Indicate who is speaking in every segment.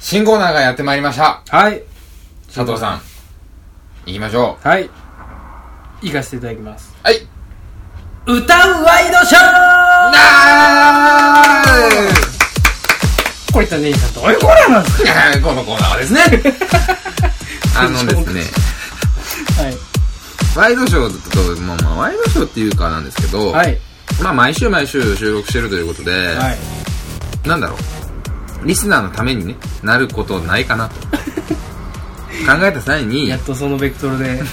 Speaker 1: 新コーナーがやってまいりました。
Speaker 2: はい。
Speaker 1: 佐藤さん。行きましょう。
Speaker 2: はい。行かせていただきます。
Speaker 1: はい。
Speaker 2: 歌うワイドショー
Speaker 1: な
Speaker 2: これ言った姉さんと、おい、これなんです
Speaker 1: ー このコーナーはですね。 あのですね、
Speaker 2: かはい。
Speaker 1: ワイドショーと、まあまあ、ワイドショーっていうかなんですけど、
Speaker 2: はい。
Speaker 1: まあ毎週毎週収録してるということで、
Speaker 2: はい。
Speaker 1: なんだろう。リスナーのためにね、なることないか なと。考えた際に
Speaker 2: や、っとそのベクトル で考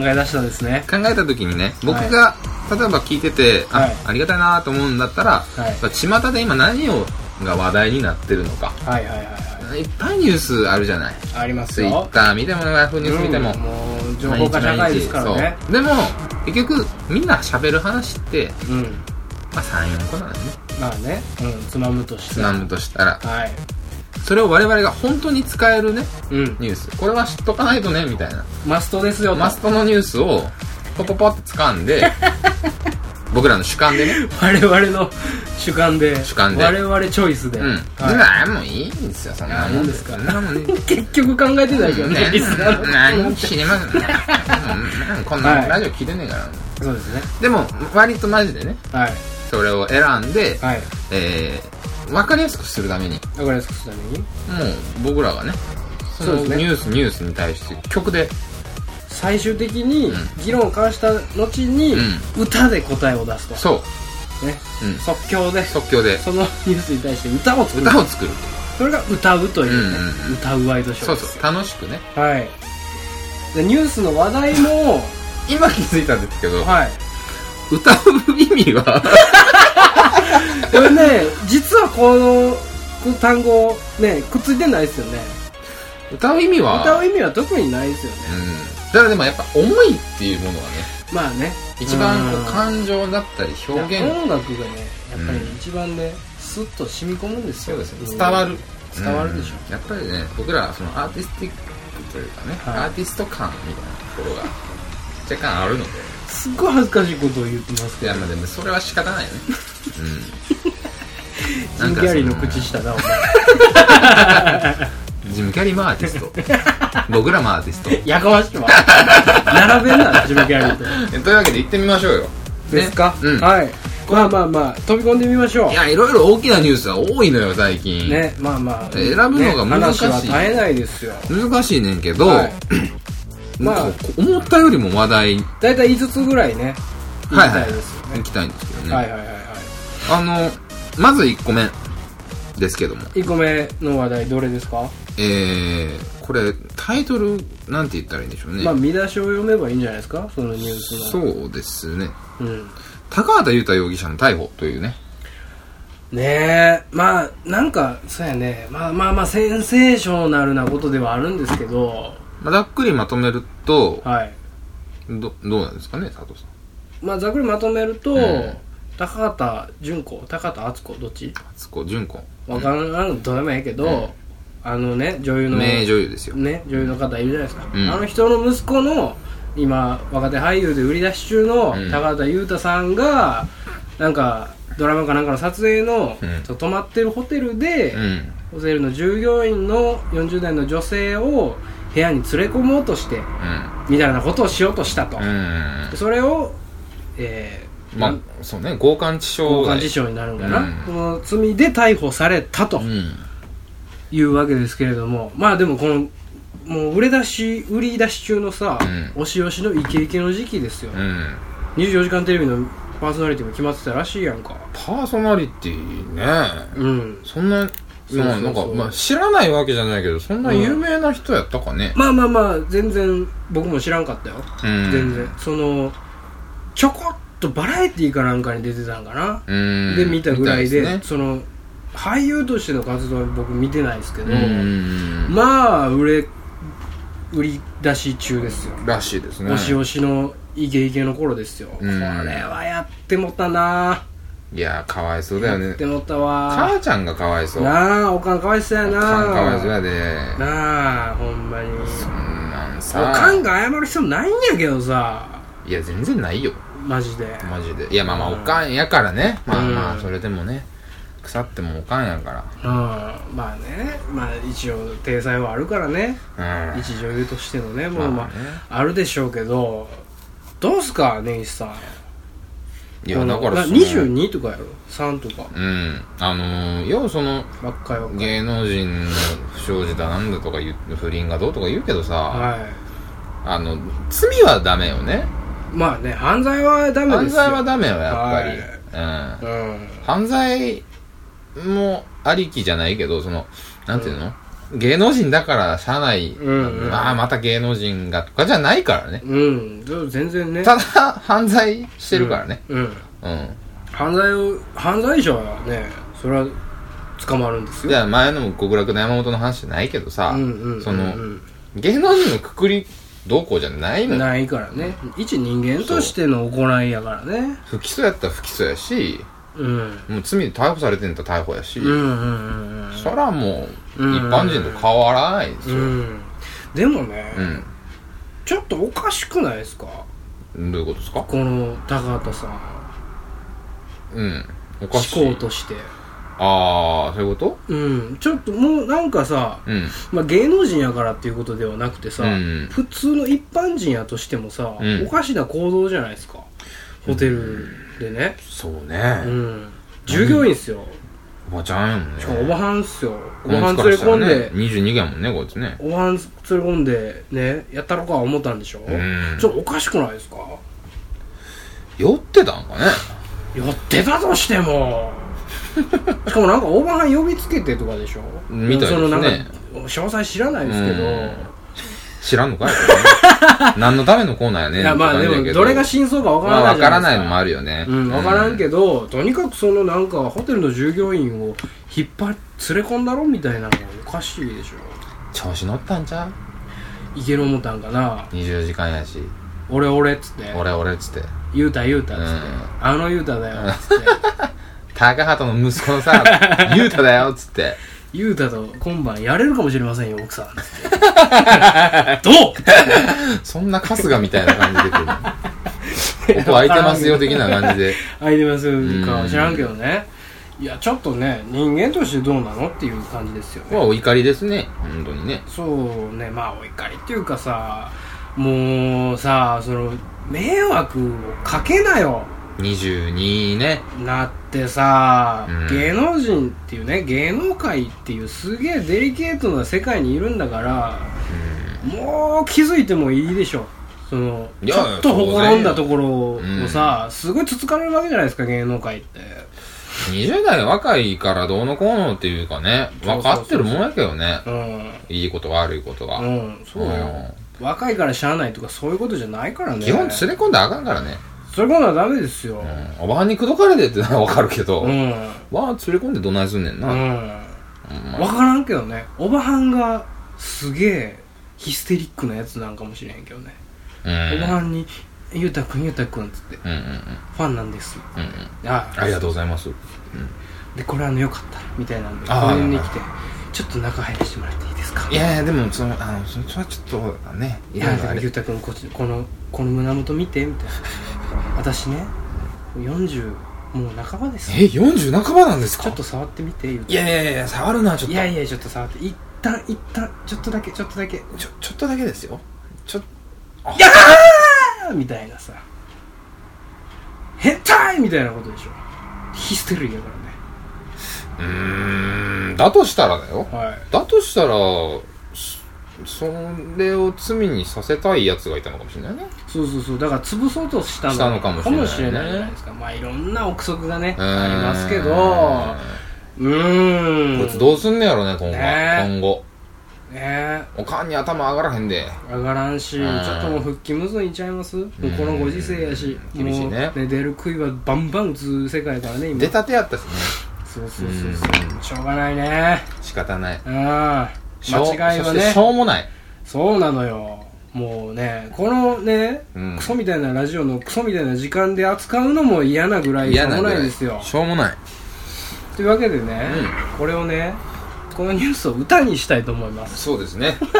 Speaker 2: え出したんですね。
Speaker 1: 考えた時にね、僕が、例えば聞いてて、あ、
Speaker 2: はい
Speaker 1: ありがたいなと思うんだったら、
Speaker 2: はい
Speaker 1: やっぱ巷で今何を、が話題になってるのか。
Speaker 2: はいはいはいはい
Speaker 1: っぱいニュースあるじゃない。
Speaker 2: い。あります
Speaker 1: ツイッ
Speaker 2: よ。
Speaker 1: ター見ても、ヤフーニュース見ても。
Speaker 2: うんもう、情報化社会ですからね。
Speaker 1: そうでも、結局、みんな喋る話って、
Speaker 2: うん。
Speaker 1: まあ3、4個なんですね。
Speaker 2: まあね、うん、つまむとして。
Speaker 1: つまむとしたら。
Speaker 2: はい。
Speaker 1: それを我々が本当に使えるね、
Speaker 2: うん。
Speaker 1: ニュース。これは知っとかないとね、みたいな。
Speaker 2: マストですよと、
Speaker 1: マストのニュースを、ポポポって掴ん で、僕らの主観でね。
Speaker 2: 我々の主観で。
Speaker 1: 主観で
Speaker 2: 我々チョイスで。
Speaker 1: うん。
Speaker 2: は
Speaker 1: 今、もういいんですよ、そんなもん
Speaker 2: あ
Speaker 1: そ
Speaker 2: いいんですか
Speaker 1: んなもんね。
Speaker 2: い、結局考えてないけどね、リスナーのこと
Speaker 1: 何も知りません ね。うんうんこんな
Speaker 2: はい
Speaker 1: ラジオ聞いてねえから。
Speaker 2: そうですね。
Speaker 1: でも、割とマジでね、
Speaker 2: はい。
Speaker 1: それを選んで、
Speaker 2: はい。
Speaker 1: えー、わかりやすくするために、
Speaker 2: わかりやすくするため
Speaker 1: も
Speaker 2: に、
Speaker 1: う僕らがね、その
Speaker 2: そうですね
Speaker 1: ニュース、ニュースに対して曲で、
Speaker 2: 最終的に議論を交わした後に、
Speaker 1: う
Speaker 2: 歌で答えを出すと。
Speaker 1: そう、
Speaker 2: ね。
Speaker 1: うん、
Speaker 2: 即興で、
Speaker 1: 即興で
Speaker 2: そのニュースに対して歌を作る。
Speaker 1: 歌を作る。
Speaker 2: それが歌うというね、
Speaker 1: うん
Speaker 2: 歌うワイドショー
Speaker 1: そう
Speaker 2: です
Speaker 1: そう、
Speaker 2: よ
Speaker 1: 楽しくね。
Speaker 2: はい。で、ニュースの話題も、
Speaker 1: 今気づいたんですけど、
Speaker 2: はい。
Speaker 1: 歌う意味 は、
Speaker 2: これね、 実はこの、この単語、ね、くっついてないですよね。
Speaker 1: 歌う意味は、
Speaker 2: 歌う意味は特にないですよね。
Speaker 1: うん。だからでもやっぱ思いっていうものはね、
Speaker 2: まあね。
Speaker 1: 一番こ
Speaker 2: う
Speaker 1: うん感情だったり表現
Speaker 2: 音楽がね、やっぱ
Speaker 1: う
Speaker 2: り
Speaker 1: ん
Speaker 2: 一番ね、スッと染み込むんです
Speaker 1: そ
Speaker 2: よ。
Speaker 1: うですね伝わる
Speaker 2: 伝わるでしょ
Speaker 1: うんやっぱりね僕らはそのアーティスティックというかね、
Speaker 2: はい
Speaker 1: アーティスト感みたいなところが若干あるのです
Speaker 2: っごい恥ずかしいことを言ってます
Speaker 1: い
Speaker 2: けど
Speaker 1: やまあでもそれは仕方ないよねうん
Speaker 2: ジ
Speaker 1: な
Speaker 2: ム・ギ
Speaker 1: んか
Speaker 2: ャ
Speaker 1: そ
Speaker 2: リーの口下だお前
Speaker 1: ジム・キャリーもアーティスト 僕らもアーティスト
Speaker 2: やかましい わ並べんなジム・ギャリーと
Speaker 1: えというわけで行ってみましょうよ
Speaker 2: ですか、
Speaker 1: うん
Speaker 2: はいまあまあまあ飛び込んでみましょ
Speaker 1: いやいろいろ大きなニュースは多いのよ最近
Speaker 2: うねまあまあ
Speaker 1: 選ぶのが難しい
Speaker 2: ね話は絶えないですよ
Speaker 1: 難しいねんけど、
Speaker 2: はい
Speaker 1: なんか
Speaker 2: まあ
Speaker 1: こう思ったよりも話題に
Speaker 2: 大体5つぐらいね言い
Speaker 1: はい
Speaker 2: た
Speaker 1: はい
Speaker 2: いですよね、
Speaker 1: 行きたいんですけどね、
Speaker 2: はい、はいはいはい
Speaker 1: あの、まず1個目ですけども。
Speaker 2: 1個目の話題どれですか、
Speaker 1: えー、これ、タイトル、なんて言ったらいいんでしょうね。
Speaker 2: まあ見出しを読めばいいんじゃないですかそのニュースの
Speaker 1: そうですね。
Speaker 2: うん
Speaker 1: 高畑優太容疑者の逮捕というね。
Speaker 2: ねえまあなんかそうやねまあまあまあセンセーショナルなことではあるんですけど
Speaker 1: まあ、ざっくりまとめると、
Speaker 2: はい
Speaker 1: ど、どうなんですかね、佐藤さん。
Speaker 2: まあざっくりまとめると、
Speaker 1: うん
Speaker 2: 高畑純子高畑敦子どっち
Speaker 1: 初子純子。
Speaker 2: わからんどれもええけど、
Speaker 1: うん
Speaker 2: あのね女優の
Speaker 1: 名女優ですよ。
Speaker 2: ね女優の方いるじゃないですか、
Speaker 1: うん
Speaker 2: あの人の息子の今若手俳優で売り出し中の
Speaker 1: うん
Speaker 2: 高畑優太さんが、なんかドラマかなんかの撮影の、
Speaker 1: うん
Speaker 2: ちょっと泊まってるホテルで、
Speaker 1: うん。
Speaker 2: ホテルの従業員の40代の女性を部屋に連れ込もうとしてみたいなことをしようとしたと、
Speaker 1: うん。うん。
Speaker 2: それを、えー
Speaker 1: ま
Speaker 2: なん
Speaker 1: あ、そうね、強姦致傷。
Speaker 2: 強姦致傷になるんかな、
Speaker 1: うん
Speaker 2: その罪で逮捕されたと
Speaker 1: うん。
Speaker 2: いうわけですけれども、まあでもこのもう売れ出し売り出し中のさ、
Speaker 1: う
Speaker 2: おし押しのイケイケの時期ですよ、
Speaker 1: うん。
Speaker 2: 24時間テレビのパーソナリティも決まってたらしいやんか
Speaker 1: パーソナリティね。
Speaker 2: うん
Speaker 1: そんな、
Speaker 2: そうそうそう
Speaker 1: まあなんか、まあ知らないわけじゃないけど、そんな有名な人やったかね。
Speaker 2: まあまあまあ全然僕も知らんかったよ
Speaker 1: うん。
Speaker 2: 全然そのちょこっとバラエティーかなんかに出てたんかな、
Speaker 1: うん。
Speaker 2: で見たぐらいで
Speaker 1: みたす
Speaker 2: その俳優としての活動は僕見てないですけど、
Speaker 1: ねうん。
Speaker 2: まあ売れ売り出し中ですよ、
Speaker 1: らしいですね。
Speaker 2: 押し押しのイケイケの頃ですよ、これはやってもったない
Speaker 1: や、かわいそうだよ
Speaker 2: やっ
Speaker 1: ね
Speaker 2: て。もったわ
Speaker 1: 母ちゃんがかわいそう。
Speaker 2: なあおかんかわいそうやな
Speaker 1: おかんかわいそうやで。
Speaker 2: なあほんまに
Speaker 1: そんなん
Speaker 2: お
Speaker 1: さ。
Speaker 2: かんが謝る必要ないんやけどさ
Speaker 1: いや、全然ないよ。
Speaker 2: マジで
Speaker 1: マジで。いや、まあまあ、おかんやからね。まあま
Speaker 2: う
Speaker 1: あ、
Speaker 2: ん
Speaker 1: それでもね。腐ってもおかんやか
Speaker 2: うんまあねまあ一応体裁はあるからね
Speaker 1: らうん
Speaker 2: 一女優としてのねもう
Speaker 1: ま
Speaker 2: ま
Speaker 1: あ
Speaker 2: あ
Speaker 1: ね
Speaker 2: あるでしょうけどどうすか根岸さん
Speaker 1: いや
Speaker 2: こ
Speaker 1: だ
Speaker 2: の
Speaker 1: から
Speaker 2: な
Speaker 1: その
Speaker 2: 22とかやろ3とか
Speaker 1: うんあのー要はその
Speaker 2: 若い若い
Speaker 1: 芸能人の不祥事だなんだとか言う不倫がどうとか言うけどさ、
Speaker 2: は
Speaker 1: あの罪はダメよね
Speaker 2: いまあね犯罪はダメで
Speaker 1: 犯
Speaker 2: すよ
Speaker 1: 罪はダメよやっぱり、うん
Speaker 2: うん
Speaker 1: 犯罪もありきじゃないけどそのなんていうの、芸能人だから社内、
Speaker 2: うんうん
Speaker 1: まあまた芸能人がとかじゃないからね
Speaker 2: うんでも全然ね
Speaker 1: ただ犯罪してるからね
Speaker 2: うん
Speaker 1: うん、
Speaker 2: 犯罪を犯罪者はねそれは捕まるんです
Speaker 1: じ
Speaker 2: よ
Speaker 1: ゃあ前の極楽の山本の話じゃないけどさ、
Speaker 2: うんうん
Speaker 1: そ
Speaker 2: うん
Speaker 1: の芸能人のくくりどうこうじゃない
Speaker 2: うん
Speaker 1: のよ
Speaker 2: ないからね一人間としての行いやからね
Speaker 1: 不起訴やったら不起訴やし
Speaker 2: うん
Speaker 1: もう罪で逮捕されてんだったら逮捕やし、
Speaker 2: うんうんうん
Speaker 1: そらもう
Speaker 2: うん
Speaker 1: 一般人と変わらないです
Speaker 2: う
Speaker 1: よ、
Speaker 2: んうんでもね、
Speaker 1: うん
Speaker 2: ちょっとおかしくないですか
Speaker 1: どういうことですか
Speaker 2: この高畑さん
Speaker 1: うんおかしい
Speaker 2: 思考として
Speaker 1: ああそういうこと
Speaker 2: うんちょっともうなんかさ、
Speaker 1: うん
Speaker 2: まあ、芸能人やからっていうことではなくてさ、
Speaker 1: うん
Speaker 2: 普通の一般人やとしてもさ、
Speaker 1: うん
Speaker 2: おかしな行動じゃないですかホテルでね
Speaker 1: そう
Speaker 2: うん、
Speaker 1: ね、
Speaker 2: 従業員っすよ
Speaker 1: おばちゃんやもんね
Speaker 2: しかもおばはんっすよ
Speaker 1: こ
Speaker 2: おば
Speaker 1: い
Speaker 2: はん
Speaker 1: つから
Speaker 2: 連れ
Speaker 1: したら
Speaker 2: 込ん
Speaker 1: ね
Speaker 2: で、
Speaker 1: 22やもんねこいつね
Speaker 2: おばはん連れ込んでねやったろか思ったんでしょ、
Speaker 1: うん
Speaker 2: ちょっとおかしくないですか
Speaker 1: 酔ってたんかね
Speaker 2: 寄ってたとし てもしかもなんか大判呼びつけてとかでしょ
Speaker 1: みたいですね
Speaker 2: そのなんか詳細知らないですけど、
Speaker 1: 知らんの かい何のためのコーナーやねん
Speaker 2: いやまあで
Speaker 1: って感じや
Speaker 2: も
Speaker 1: け
Speaker 2: どれが真相かわから
Speaker 1: まあ
Speaker 2: ない
Speaker 1: わ
Speaker 2: じゃ
Speaker 1: から
Speaker 2: な
Speaker 1: ないい
Speaker 2: で
Speaker 1: の
Speaker 2: す
Speaker 1: も
Speaker 2: か、
Speaker 1: あるよね
Speaker 2: うん、わからんけど、とにかくそのなんかホテルの従業員を引っ張り連れ込んだろみたいなのがおかしいでしょ
Speaker 1: うん調子乗ったんちゃう
Speaker 2: 池のもたんかな
Speaker 1: 20時間やし
Speaker 2: 「俺俺」っつって
Speaker 1: 俺俺っつって
Speaker 2: 「ゆうたゆうた」っつって
Speaker 1: う
Speaker 2: 「あのゆうただよ」っつって
Speaker 1: 高畑の息子のさ 雄太だよっつって
Speaker 2: 「ゆうたと今晩やれるかもしれませんよ奥さん」っ つってどう
Speaker 1: そんな春日みたいな感じで来 るここ空いてますよ的な感じで
Speaker 2: アイデアス
Speaker 1: う
Speaker 2: か
Speaker 1: ん
Speaker 2: 知らんけどねいやちょっとね人間としてどうなのっていう感じですよ
Speaker 1: まあ
Speaker 2: ね
Speaker 1: お怒りですね本当にね
Speaker 2: そうねまあお怒りっていうかさもうさその迷惑をかけなよ
Speaker 1: 22ね
Speaker 2: なってさ、
Speaker 1: うん
Speaker 2: 芸能人っていうね芸能界っていうすげえデリケートな世界にいるんだからもう気づいてもいいでしょその
Speaker 1: い
Speaker 2: ち
Speaker 1: や
Speaker 2: ょっとほころんだところを
Speaker 1: うん
Speaker 2: さ、すごいつつかれるわけじゃないですか芸能界って
Speaker 1: 20代若いからどうのこうのっていうかね分かってるもんやけどね
Speaker 2: うん
Speaker 1: いいことが悪いことが、
Speaker 2: うん、そうよ、若いからしゃあないとかそういうことじゃないから
Speaker 1: うん
Speaker 2: ね
Speaker 1: 基本連れ込んだらあかんからね、
Speaker 2: そういうことはダメですよ
Speaker 1: うん、おばはんに口説かれてってのは 分かるけど、
Speaker 2: う
Speaker 1: わあ
Speaker 2: ん
Speaker 1: 連れ込んでどないすんねん
Speaker 2: う
Speaker 1: な、うん
Speaker 2: ん
Speaker 1: ま
Speaker 2: 分からんけどねおばはんがすげえヒステリックなやつなんかもしれへんけどね、
Speaker 1: うん
Speaker 2: おばはんに「ゆうたくんゆうたくん」っつって
Speaker 1: うんうん
Speaker 2: 「ファンなんです
Speaker 1: うんうん」
Speaker 2: あ
Speaker 1: ありがとうございます
Speaker 2: でこれあのよかったらみたいなんで
Speaker 1: あー
Speaker 2: 公園に来て「ちょっと中入らせてもらっていいですか?」
Speaker 1: いやいやでもそのあのそそれはちょっとねい
Speaker 2: い
Speaker 1: や
Speaker 2: や
Speaker 1: いやあ
Speaker 2: でもゆ
Speaker 1: れ
Speaker 2: うたくんこっちこのこの胸元見てみ たいな私ね40もう半ばです
Speaker 1: え40半ばなんですか
Speaker 2: ちょっと触ってみて言うて
Speaker 1: いやいやいや触るのはちょっと
Speaker 2: いやいやちょっと触って一旦一旦ちょっとだけちょっとだけ
Speaker 1: ちょちょっとだけですよちょ
Speaker 2: あーみたいなさ変態みたいなことでしょヒステリーだか
Speaker 1: うーんだとしたらだよ
Speaker 2: らねはい
Speaker 1: だとしたらそそれを罪にさせたいやつがいたのかもしれないね
Speaker 2: そうそうそうだから潰そうとした
Speaker 1: したのかもしれないね
Speaker 2: かもじゃないですかまあいろんな憶測がね
Speaker 1: うーん
Speaker 2: ありますけどうーん
Speaker 1: こいつどうすんねやろね今後、
Speaker 2: ねえ
Speaker 1: 今後
Speaker 2: ね
Speaker 1: おかんに頭上がらへんで
Speaker 2: 上がらんしち
Speaker 1: うん
Speaker 2: ょっともう復帰むずいんちゃいますもうこのご時世やし
Speaker 1: うん厳しいね
Speaker 2: もう出る杭はバンバン打つ世界からね今
Speaker 1: 出たてやったしね
Speaker 2: そうそうそうそうしょうがないね
Speaker 1: 仕方ない
Speaker 2: うん間
Speaker 1: しょう
Speaker 2: 違いは
Speaker 1: そして
Speaker 2: ね
Speaker 1: しょうもない
Speaker 2: そうなのよもうねこのね、
Speaker 1: うん
Speaker 2: クソみたいなラジオのクソみたいな時間で扱うのも嫌なぐらいしょうも
Speaker 1: ぐ
Speaker 2: ない
Speaker 1: ら
Speaker 2: ですよ
Speaker 1: しょうもない
Speaker 2: というわけでね、これをねこのニュースを歌にしたいと思います
Speaker 1: そうですね
Speaker 2: この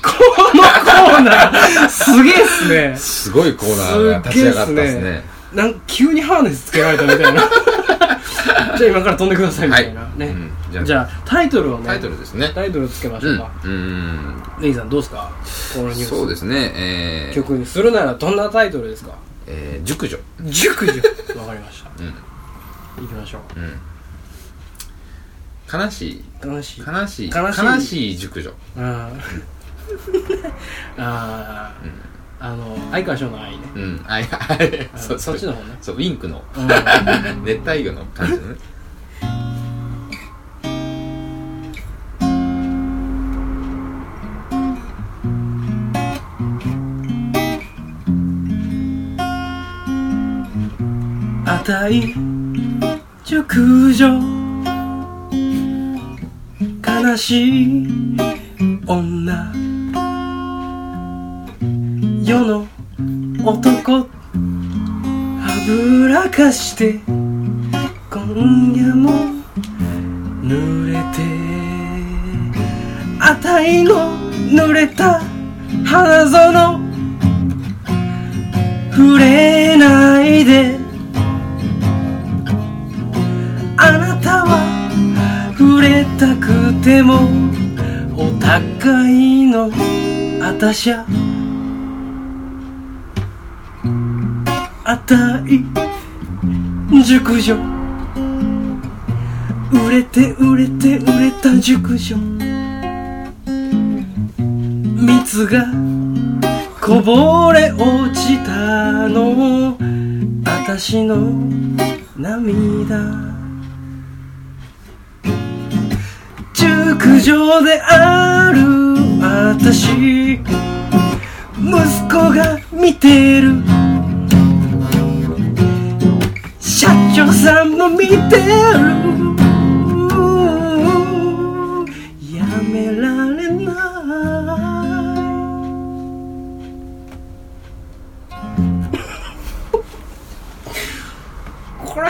Speaker 2: コーナーすげえっすね
Speaker 1: すごいコーナーが立ち上がったですね
Speaker 2: なんか急にハーネスつけられたみたいなじゃあ今から飛んでくださいみたいな
Speaker 1: はい
Speaker 2: ね、
Speaker 1: うんじ
Speaker 2: じ
Speaker 1: ゃ
Speaker 2: ゃ
Speaker 1: あ
Speaker 2: あタイトルをね
Speaker 1: タイトルですね
Speaker 2: タイトルつけまし
Speaker 1: う
Speaker 2: ょうんか、
Speaker 1: うん
Speaker 2: ネギさんどうですかこのニュース
Speaker 1: そうですねえー
Speaker 2: 曲にするならどんなタイトルですか
Speaker 1: えー熟女
Speaker 2: 熟女わかりました行きましょ
Speaker 1: うん悲しいう
Speaker 2: 悲しい
Speaker 1: 悲しい
Speaker 2: 悲しい
Speaker 1: 悲しい熟女
Speaker 2: うんああ、あの相川翔の愛ね
Speaker 1: うんあいやあれ
Speaker 2: あ
Speaker 1: そう
Speaker 2: そっちの方ね
Speaker 1: そうウィンクの
Speaker 2: うん
Speaker 1: 熱帯魚の感じのね
Speaker 2: あたい熟女悲しい女世の男はぶらかして今夜も濡れてあたいの濡れた花園触れないであなたは触れたくてもお互いのあたしゃあたい熟女売れて売れて売れた熟女蜜がこぼれ落ちたのあたしの涙熟女である私息子が見てる社長さんも見てるやめられないこれ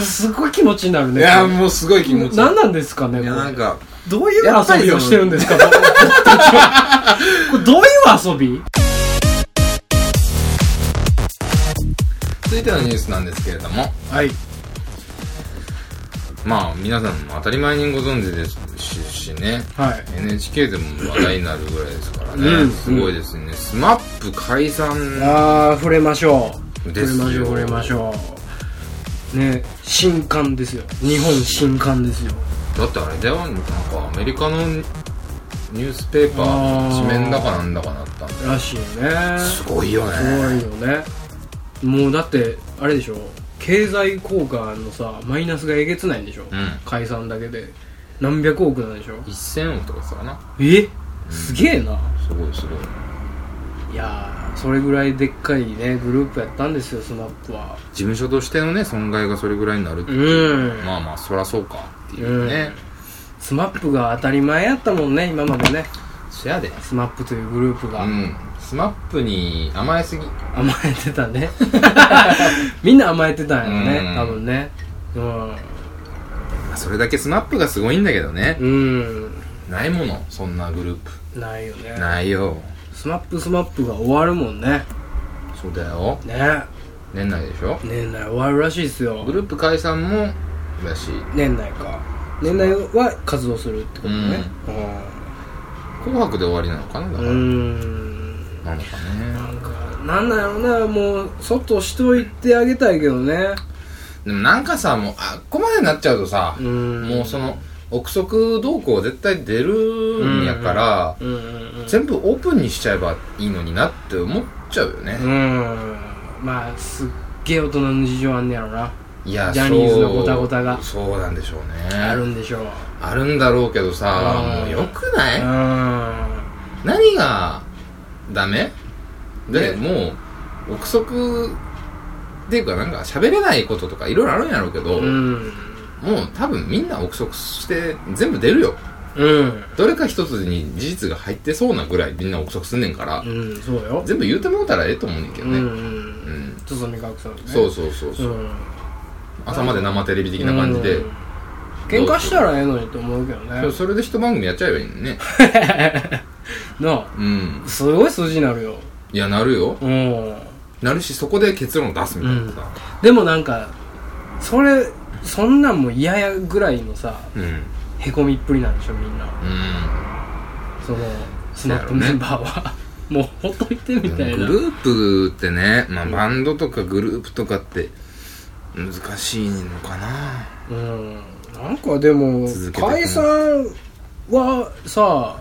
Speaker 2: すごい気持ちになる
Speaker 1: い
Speaker 2: ね
Speaker 1: やもうすごい気持ちいい
Speaker 2: 何なんですかね
Speaker 1: いや
Speaker 2: これ
Speaker 1: なんか
Speaker 2: どういう
Speaker 1: やっぱ
Speaker 2: 遊
Speaker 1: り
Speaker 2: びをしてるんですか僕僕たちはこれどういう遊び
Speaker 1: 続いてのニュースなんですけれども
Speaker 2: はい
Speaker 1: まあ皆さんも当たり前にご存知ですしね
Speaker 2: はい
Speaker 1: NHK でも話題になるぐらいですからね、
Speaker 2: うん
Speaker 1: すごいですね SMAP 解散
Speaker 2: ああ触れましょう触
Speaker 1: で
Speaker 2: れ
Speaker 1: すよ
Speaker 2: ましょう触れましょうね新刊ですよ日本新刊ですよ
Speaker 1: だってあれだよなんかアメリカのニュースペーパー
Speaker 2: あ
Speaker 1: の
Speaker 2: ー
Speaker 1: 紙面だかなんだかなったんだよ
Speaker 2: らしいね
Speaker 1: すごいよね
Speaker 2: すごいよねもうだってあれでしょ経済効果のさマイナスがえげつないんでしょ、
Speaker 1: うん
Speaker 2: 解散だけで何百億なんでしょ
Speaker 1: 1000億とかさかな
Speaker 2: えすげえな
Speaker 1: すごいすごい
Speaker 2: いやーそれぐらいでっかいねグループやったんですよスマップは
Speaker 1: 事務所としてのね損害がそれぐらいになるって
Speaker 2: う
Speaker 1: いう、
Speaker 2: ん
Speaker 1: まあまあそらそうかっていうね、
Speaker 2: スマップが当たり前やったもんね今までね
Speaker 1: そやで
Speaker 2: スマップというグループが
Speaker 1: うんスマップに甘えすぎ
Speaker 2: 甘えて たねみんな甘えてたんやろ
Speaker 1: うん
Speaker 2: ね多分ねうん
Speaker 1: それだけスマップがすごいんだけどね、
Speaker 2: うん
Speaker 1: ないものそんなグルー
Speaker 2: ないよね
Speaker 1: プないよ
Speaker 2: スマップスマップが終わるもんね
Speaker 1: そうだよ
Speaker 2: ね
Speaker 1: 年内でしょ
Speaker 2: 年内終わるらしいっすよ
Speaker 1: グループ解散もだし
Speaker 2: 年内か年内は活動するってことね
Speaker 1: 「紅白」で終わりなのかなだ
Speaker 2: う
Speaker 1: から、
Speaker 2: んうん
Speaker 1: なのかね
Speaker 2: なんかなんだろうなもう外しといてあげたいけどね
Speaker 1: でもなんかさもうあっこまでになっちゃうとさ、
Speaker 2: うん
Speaker 1: もうその憶測動向絶対出るんやから、
Speaker 2: うんうん
Speaker 1: 全部オープンにしちゃえばいいのになって思っちゃうよね、
Speaker 2: うんうんまあすっげえ大人の事情あんねやろない
Speaker 1: や
Speaker 2: ジャニーズの
Speaker 1: そう
Speaker 2: ゴタゴタが
Speaker 1: そうなんでしょうね
Speaker 2: あるんでしょう
Speaker 1: あるんだろうけどさ、
Speaker 2: うん
Speaker 1: もうよくな
Speaker 2: う
Speaker 1: い、
Speaker 2: ん
Speaker 1: 何がダメで、
Speaker 2: ね
Speaker 1: もう憶測っていうかなんか喋れないこととかいろいろあるんやろうけど、
Speaker 2: うん
Speaker 1: もう多分みんな憶測して全部出るよ
Speaker 2: うん
Speaker 1: どれか一つに事実が入ってそうなぐらいみんな憶測すんねんから、
Speaker 2: うんそうよ
Speaker 1: 全部言うてもうたらええと思うねんけど
Speaker 2: うん
Speaker 1: ね、
Speaker 2: う
Speaker 1: うん
Speaker 2: ん堤隠さんね
Speaker 1: そうそうそうそう、
Speaker 2: ん
Speaker 1: 朝まで生テレビ的な感じで、
Speaker 2: うん喧嘩したらええのにと思うけどね
Speaker 1: そそれで一番組やっちゃえばいいのにね
Speaker 2: なあ
Speaker 1: うん
Speaker 2: すごい数字になるよ
Speaker 1: いやなるよ
Speaker 2: うん
Speaker 1: なるしそこで結論を出すみたいなさ
Speaker 2: でもなんかそれそんなんも嫌やぐらいのさ
Speaker 1: うんうん
Speaker 2: へこみっぷりなんでしょみんなそのスナップメンバーは、 もうほっといてみたい
Speaker 1: グ
Speaker 2: な
Speaker 1: ループってね、まあ、バンドとかグループとかって難しいのかな
Speaker 2: うんなんかでも
Speaker 1: 続けていくの
Speaker 2: 解散はさ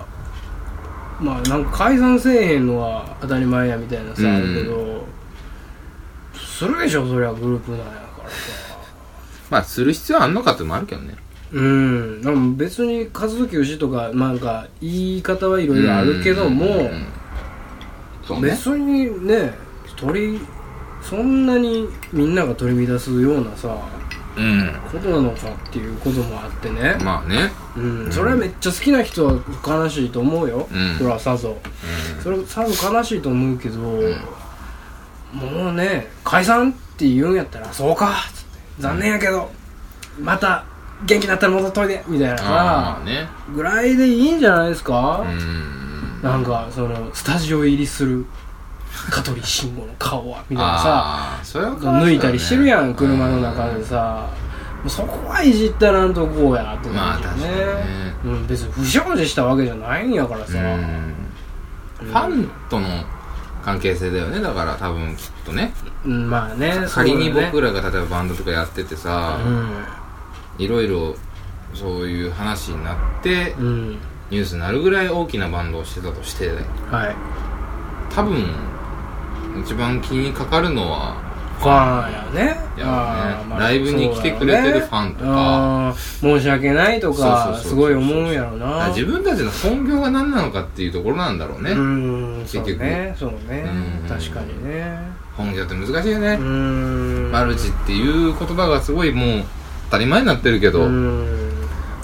Speaker 2: まあなんか解散せえへんのは当たり前やみたいなさ、
Speaker 1: うん
Speaker 2: あるけどするでしょそりゃグループなんやからさ
Speaker 1: まあする必要あんのかってのもあるけどね
Speaker 2: うんでも別に活動休止とかなんか言い方はいろいろあるけども、
Speaker 1: うんそうね
Speaker 2: 別にね取りそんなにみんなが取り乱すようなさ
Speaker 1: うん
Speaker 2: ことなのかっていうこともあってね、
Speaker 1: まあね
Speaker 2: うん、それはめっちゃ好きな人は悲しいと思うよ、
Speaker 1: うん
Speaker 2: それはさぞそれさぞ悲しいと思うけど、もうね解散って言うんやったらそうかつって残念やけど、また元気になったら戻っといでみたいな
Speaker 1: ああま
Speaker 2: さ
Speaker 1: あね
Speaker 2: ぐらいでいいんじゃないですか、
Speaker 1: うん
Speaker 2: なんかそのスタジオ入りする香取慎吾の顔はみたいなさ
Speaker 1: ああそれは変わる
Speaker 2: 抜いたりしてるやん車の中
Speaker 1: う
Speaker 2: で
Speaker 1: ん
Speaker 2: さもうそこはいじったらんとこうやって
Speaker 1: ま
Speaker 2: 感
Speaker 1: あ
Speaker 2: じよ
Speaker 1: 確か
Speaker 2: ね
Speaker 1: に,、ね
Speaker 2: うん、別に不祥事したわけじゃないんやからさ、
Speaker 1: うんファンとの関係性だよねだから多分きっとね
Speaker 2: うんまあね
Speaker 1: 仮に僕
Speaker 2: ら
Speaker 1: らが例えばバンドとかやってて
Speaker 2: う
Speaker 1: さ、
Speaker 2: ん
Speaker 1: いろいろそういう話になって、
Speaker 2: うん
Speaker 1: ニュースになるぐらい大きなバンドをしてたとして
Speaker 2: はい
Speaker 1: 多分一番気にかかるのは
Speaker 2: ファンやね
Speaker 1: いや
Speaker 2: あー
Speaker 1: ねライブに来てくれてるファンとか
Speaker 2: そうだよねあー申し訳ないと
Speaker 1: そう
Speaker 2: か
Speaker 1: そうそうそう
Speaker 2: すごい思うんやろな
Speaker 1: 自分たちの本業が何なのかっていうところなんだろうね、
Speaker 2: うん
Speaker 1: 結
Speaker 2: そう
Speaker 1: 局
Speaker 2: ねそうね
Speaker 1: うん
Speaker 2: 確かにね
Speaker 1: 本業って難しいよね、
Speaker 2: うん
Speaker 1: マルチっていう言葉がすごいもう当たり前になってるけど、
Speaker 2: うん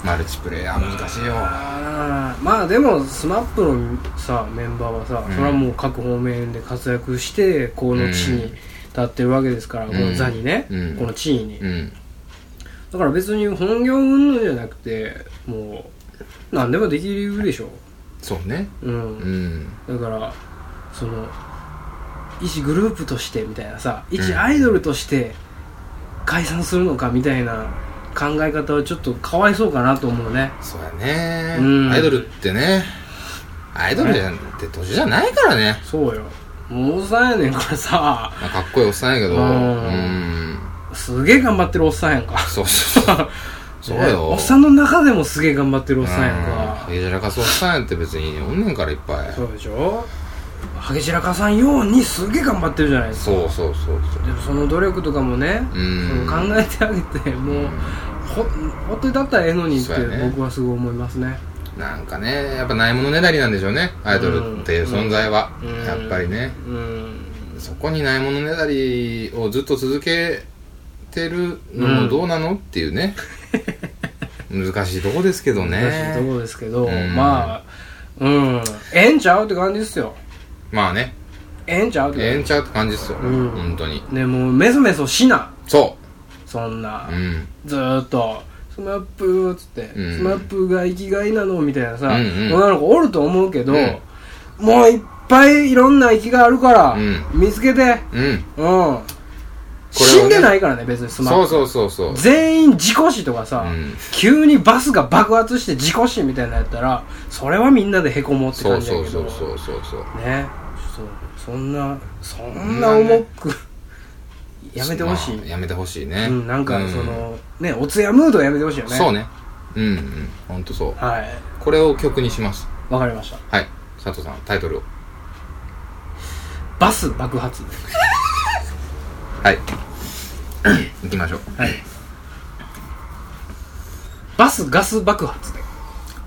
Speaker 1: マルチプレイヤー難しいよ
Speaker 2: あーまあでもスマップのさメンバーはさ、
Speaker 1: うん
Speaker 2: それはもう各方面で活躍してこの地位に立ってるわけですから、
Speaker 1: ん
Speaker 2: この座にね、
Speaker 1: うん
Speaker 2: この地位に、
Speaker 1: うん
Speaker 2: だから別に本業云々じゃなくてもう何でもできるでしょ
Speaker 1: そうね
Speaker 2: うん
Speaker 1: うん
Speaker 2: だからその一グループとしてみたいなさ一
Speaker 1: うん
Speaker 2: アイドルとして解散するのかみたいな考え方はちょっとかわいそうかなと思うね
Speaker 1: そうやね、
Speaker 2: うん
Speaker 1: アイドルってねアイドルじゃんって年じゃないからね、
Speaker 2: そうよもうおっさんやねんからさ
Speaker 1: まあ、かっこいいおっさんやけど
Speaker 2: う
Speaker 1: うんん
Speaker 2: すげえ頑張ってるおっさんやんか
Speaker 1: そうそう そうそう
Speaker 2: ね
Speaker 1: よ
Speaker 2: おっさんの中でもすげえ頑張ってるおっさんやん
Speaker 1: う
Speaker 2: か
Speaker 1: んいじらかすおっさんやって別におんねんからいっぱい
Speaker 2: そうでしょハゲ散らかさんようにすげえ頑張ってるじゃないですか
Speaker 1: そうそうそうそう
Speaker 2: でもその努力とかもね、
Speaker 1: うん
Speaker 2: その考えてあげてもうほほっといたったらええのにって
Speaker 1: そうやね
Speaker 2: 僕はすごい思いますね
Speaker 1: なんかねやっぱないものねだりなんでしょうねアイドルっていう存在は、
Speaker 2: うん
Speaker 1: やっぱりね
Speaker 2: うん
Speaker 1: そこにないものねだりをずっと続けてるのもどうなのっていうね難しいとこですけどね
Speaker 2: 難しいところですけど、
Speaker 1: うん
Speaker 2: まあうんええんちゃうって感じですよ
Speaker 1: まあね
Speaker 2: ええんちゃうって
Speaker 1: ええ
Speaker 2: 感
Speaker 1: んちゃうって感じっすよ、
Speaker 2: うん
Speaker 1: 本当に
Speaker 2: じねもうメソメソしな
Speaker 1: そ
Speaker 2: そんな、
Speaker 1: ううん
Speaker 2: ずーっと「スマップ」っつって「
Speaker 1: うん
Speaker 2: スマップが生きがいなの」みたいなさ、
Speaker 1: うんうん
Speaker 2: 女の子おると思うけど、
Speaker 1: うん
Speaker 2: もういっぱいいろんな生きがいあるから、
Speaker 1: うん
Speaker 2: 見つけて
Speaker 1: うん
Speaker 2: うん、死
Speaker 1: ね
Speaker 2: んでないからね別にスマ
Speaker 1: そ
Speaker 2: ップ
Speaker 1: うそうそうそう
Speaker 2: 全員事故死とかさ、
Speaker 1: うん
Speaker 2: 急にバスが爆発して事故死みたいなのやったらそれはみんなでへこもうって
Speaker 1: そ
Speaker 2: 感
Speaker 1: う
Speaker 2: じだ
Speaker 1: そ
Speaker 2: け
Speaker 1: う
Speaker 2: ど
Speaker 1: そうそうそうそう
Speaker 2: ねそうそんなそんな重く、やめてほしい、
Speaker 1: まあやめてほしいね
Speaker 2: うん、なんかそ、の、ねお通夜ムードはやめてほしいよね
Speaker 1: そうねうんうん本当そう
Speaker 2: はい
Speaker 1: これを曲にします
Speaker 2: わかりました
Speaker 1: はい佐藤さんタイトルを
Speaker 2: バス爆発
Speaker 1: はい 行きましょう
Speaker 2: はいバスガス爆発で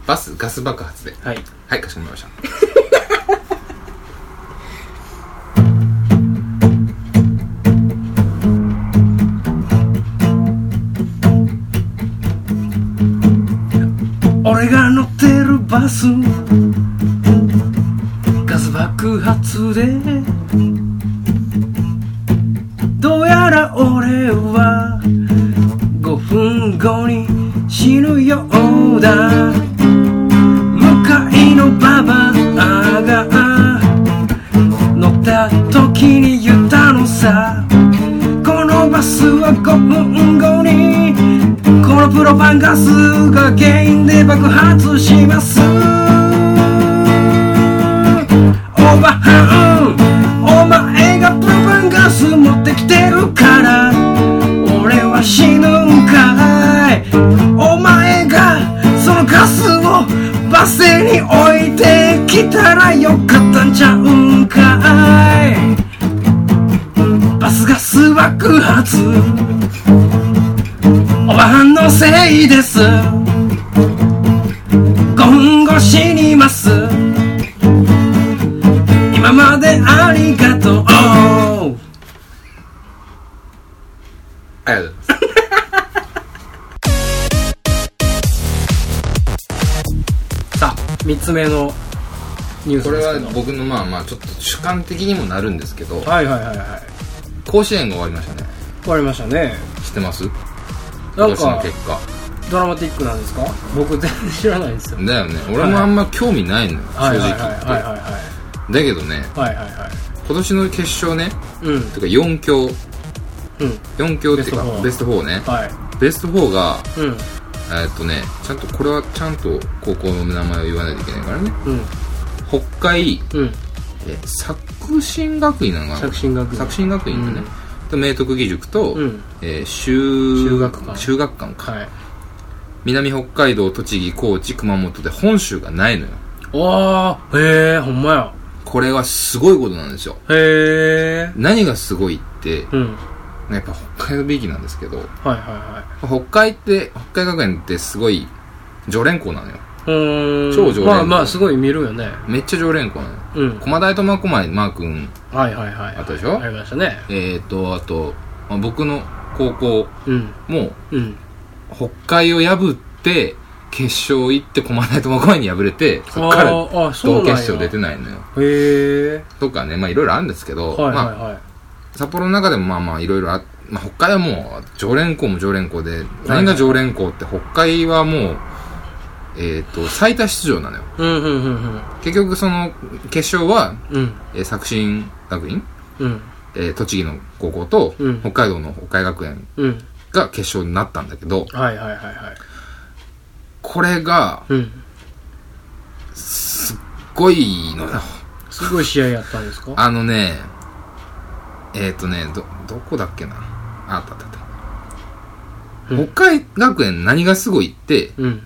Speaker 1: バスガス爆発で
Speaker 2: はい
Speaker 1: はいかしこまりました
Speaker 2: 俺が乗ってるバスガス爆発でどうやら俺は5分後に死ぬようだ向かいのババアが乗った時に言ったのさこのバスは5分後にこのプロパンガスが原因で爆発しますオーバーハンお前がプロパンガス持ってきてるから俺は死ぬんかいお前がそのガスをバスに置いてきたらよかったんちゃうんかいバスガス爆発おばはんのせいです5分後死にます今までありがと
Speaker 1: ありがとう
Speaker 2: う
Speaker 1: ござい
Speaker 2: さあ3つ目のニュー
Speaker 1: ますこ
Speaker 2: ス
Speaker 1: れ
Speaker 2: ですけ
Speaker 1: は
Speaker 2: ど
Speaker 1: 僕のまあまあちょっと主観的にもなるんですけど
Speaker 2: はいはいはいはい
Speaker 1: 甲子園が終わりましたね
Speaker 2: 終わりましたね
Speaker 1: 知ってます
Speaker 2: な
Speaker 1: 今
Speaker 2: ん
Speaker 1: 年の
Speaker 2: か
Speaker 1: 結果
Speaker 2: ドラマティックなんですか僕全然知らないですよ
Speaker 1: だよね俺もあんま興味ないのよ正
Speaker 2: はいはい
Speaker 1: 直
Speaker 2: はいはいはいはい
Speaker 1: だけどね
Speaker 2: はいはいはい
Speaker 1: 今年の決勝ね
Speaker 2: うん
Speaker 1: てか4強
Speaker 2: うん
Speaker 1: 4強っていう
Speaker 2: ベストフ
Speaker 1: か
Speaker 2: ォ
Speaker 1: ベスト4
Speaker 2: ー
Speaker 1: ね
Speaker 2: は
Speaker 1: ベスト4が
Speaker 2: いうん
Speaker 1: えーっとねちゃんとこれはちゃんと高校の名前を言わないといけないからね
Speaker 2: うん
Speaker 1: 北海
Speaker 2: うん
Speaker 1: え作新学院なのかな
Speaker 2: 作新学院
Speaker 1: 作新学院だね、と明徳義塾と、
Speaker 2: うん
Speaker 1: えー修
Speaker 2: 修学館
Speaker 1: 修学館か
Speaker 2: はい
Speaker 1: 南北海道栃木高知熊本で本州がないのよ
Speaker 2: ああへえほんまや
Speaker 1: これはすごいことなんですよ
Speaker 2: へえ
Speaker 1: 何がすごいって
Speaker 2: うん
Speaker 1: やっぱ北海道びいきなんですけど
Speaker 2: はいは
Speaker 1: 北海って北海学園ってすごい常連校なのよ
Speaker 2: いはいうーん
Speaker 1: 超常連
Speaker 2: まあまあすごい見るよね
Speaker 1: めっちゃ常連校なのよ
Speaker 2: うん
Speaker 1: 駒大苫小牧マー君
Speaker 2: はいはいはい
Speaker 1: あったでしょ
Speaker 2: ありましたね
Speaker 1: えっ、ー、とあと、まあ僕の高校
Speaker 2: うん
Speaker 1: も
Speaker 2: うん
Speaker 1: 北海を破って決勝行って駒大苫小牧に敗れてそっから
Speaker 2: あーあそうな
Speaker 1: 同
Speaker 2: ん
Speaker 1: 決
Speaker 2: や
Speaker 1: 勝出てないのよ
Speaker 2: へえ
Speaker 1: とかねまあいろいろあるんですけど、
Speaker 2: はいはい
Speaker 1: ま
Speaker 2: はい
Speaker 1: あ、札幌の中でもまあまあいろいろあまあ、北海はもう常連校も常連校で何が常連校って北海はもうえっ、と最多出場なのよ
Speaker 2: うんうんうん
Speaker 1: 結局その決勝は、
Speaker 2: うんうん
Speaker 1: えー作新学院、
Speaker 2: うん
Speaker 1: えー栃木の高校と、
Speaker 2: うん
Speaker 1: 北海道の北海学園
Speaker 2: うん
Speaker 1: が決勝になったんだけど
Speaker 2: はいはいはいはい
Speaker 1: これが
Speaker 2: うん
Speaker 1: 濃いのよ
Speaker 2: すごい試合やったんですか
Speaker 1: あのね、えっ、ー、とね、ど、どこだっけな。ああったあったあった。
Speaker 2: うん
Speaker 1: 北海学園何がすごいって、
Speaker 2: うん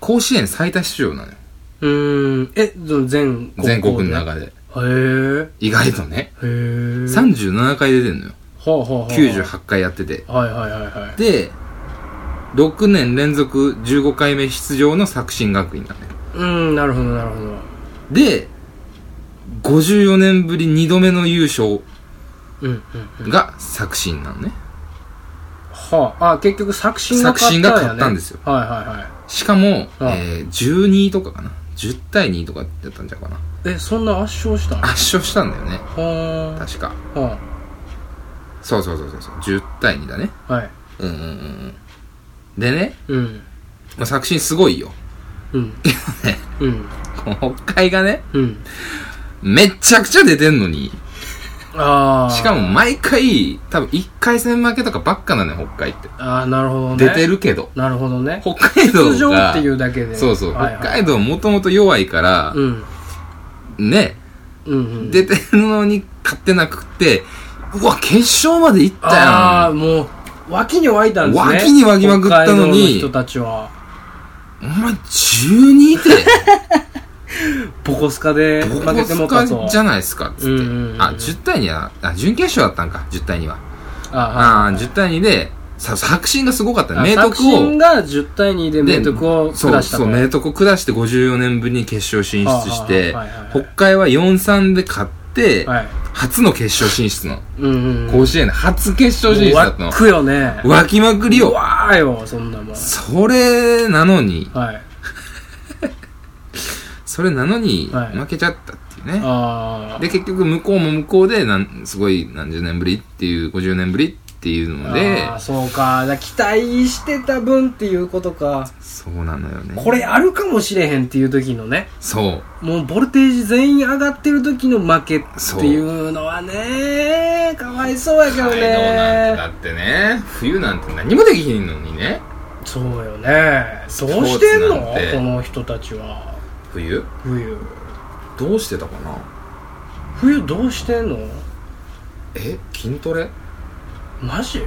Speaker 1: 甲子園最多出場なのよ。
Speaker 2: うーんえその全国
Speaker 1: 全国の中で。
Speaker 2: へえ
Speaker 1: 意外とね。
Speaker 2: へえ
Speaker 1: 37回出てんのよ。
Speaker 2: はあはあはあ
Speaker 1: 98回やってて。
Speaker 2: はいはいはいはい
Speaker 1: で、6年連続15回目出場の作新学院なのよ。
Speaker 2: うんなるほどなるほど
Speaker 1: で、54年ぶり2度目の優勝
Speaker 2: うんうんうん
Speaker 1: が作新なのね。
Speaker 2: はああ結局作新が勝ったんや、ね、
Speaker 1: 作新が勝ったんですよ
Speaker 2: はいはいは
Speaker 1: しかも、
Speaker 2: ああ
Speaker 1: えー、12とかかな。10対2とかやったんじゃうかな。
Speaker 2: いえそんな圧勝したんは
Speaker 1: 圧勝したんだよね
Speaker 2: あ
Speaker 1: 確か
Speaker 2: は
Speaker 1: そうそうそうそうそう10対2だね
Speaker 2: あはい
Speaker 1: うんうんうんうんでね、
Speaker 2: うん
Speaker 1: まあ、作新すごいよ
Speaker 2: うん
Speaker 1: ね
Speaker 2: うん
Speaker 1: この北海がね
Speaker 2: うん
Speaker 1: めっちゃくちゃ出てんのに
Speaker 2: ああ
Speaker 1: しかも毎回多分1回戦負けとかばっかなのよ北海って、
Speaker 2: ああなるほどね
Speaker 1: 出てるけど
Speaker 2: なるほどね
Speaker 1: 北海道
Speaker 2: 出場
Speaker 1: が
Speaker 2: っていうだけで
Speaker 1: そうそう、
Speaker 2: はいはい
Speaker 1: 北海道もともと弱いから、
Speaker 2: うん
Speaker 1: ね
Speaker 2: うんうん
Speaker 1: 出てるのに勝てなくてうわ決勝まで行った
Speaker 2: あ
Speaker 1: や
Speaker 2: あ
Speaker 1: ん
Speaker 2: もう脇に湧いたんですね
Speaker 1: 脇に湧きまくったのに
Speaker 2: 北海道人たちは
Speaker 1: お前12って
Speaker 2: ボコスカで
Speaker 1: ボ
Speaker 2: 負けても
Speaker 1: コス
Speaker 2: うたと
Speaker 1: カじゃないですかっつって、
Speaker 2: うんうんうん
Speaker 1: あ10対2はあ準決勝だったんか10対2は
Speaker 2: あ
Speaker 1: ああ10対2でさ作新がすごかった
Speaker 2: あ
Speaker 1: ね明徳
Speaker 2: 作新
Speaker 1: を
Speaker 2: が10対2で
Speaker 1: で
Speaker 2: 明徳を
Speaker 1: そ
Speaker 2: 下
Speaker 1: う
Speaker 2: した
Speaker 1: そ
Speaker 2: と
Speaker 1: う明徳を下して54年ぶりに決勝進出して
Speaker 2: はあはあはいはいはい
Speaker 1: 北海は4-3で勝って、
Speaker 2: はい
Speaker 1: 初の決勝進出なの
Speaker 2: うんうん
Speaker 1: 甲子園で初決勝進出だった
Speaker 2: 湧
Speaker 1: の
Speaker 2: くよね
Speaker 1: 湧きまくり
Speaker 2: う
Speaker 1: よ
Speaker 2: わーよそんなもん
Speaker 1: それなのに
Speaker 2: はい
Speaker 1: それなのに
Speaker 2: はい
Speaker 1: 負けちゃったっていうね、
Speaker 2: ああ
Speaker 1: で結局向こうも向こうでなんすごい何十年ぶりっていう50年ぶりっていうので
Speaker 2: ああそうかだから期待してた分っていうことか
Speaker 1: そうなのよね
Speaker 2: これあるかもしれへんっていう時のね
Speaker 1: そう
Speaker 2: もうボルテージ全員上がってる時の負けっていうのはねかわいそうやけど
Speaker 1: 北海道なんて
Speaker 2: ね
Speaker 1: だってね冬なんて何もできひんのにね
Speaker 2: そうよねどうしてん
Speaker 1: スポ
Speaker 2: の
Speaker 1: ーツなんて
Speaker 2: この人たちは
Speaker 1: 冬
Speaker 2: 冬
Speaker 1: どうしてたかな
Speaker 2: 冬どうしてんの
Speaker 1: え筋トレうん
Speaker 2: マジ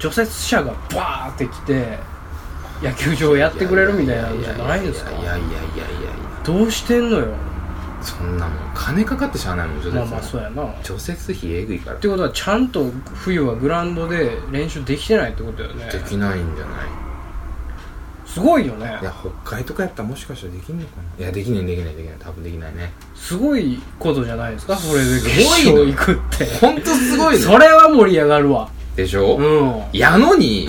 Speaker 2: 除雪車がバーって来て野球場やってくれるみたいなのじゃないですか
Speaker 1: いやいやいやいやいやいや
Speaker 2: どうしてんのよ
Speaker 1: そんなもん金かかってしゃあないもん除雪
Speaker 2: ま
Speaker 1: は
Speaker 2: あまあそうやなっ
Speaker 1: 除雪費えぐいから
Speaker 2: てことはちゃんと冬はグラウンドで練習できてないってことだよね
Speaker 1: できないんじゃない
Speaker 2: すごいよね
Speaker 1: いや北海とかやったらもしかしたらできんのかないやできないできないできない多分できないね
Speaker 2: すごいことじゃないですかそれです決
Speaker 1: ごいの
Speaker 2: 勝行くって
Speaker 1: ほんとすごい
Speaker 2: そ
Speaker 1: の
Speaker 2: れは盛り上がるわ
Speaker 1: でしょ、
Speaker 2: うん
Speaker 1: やの に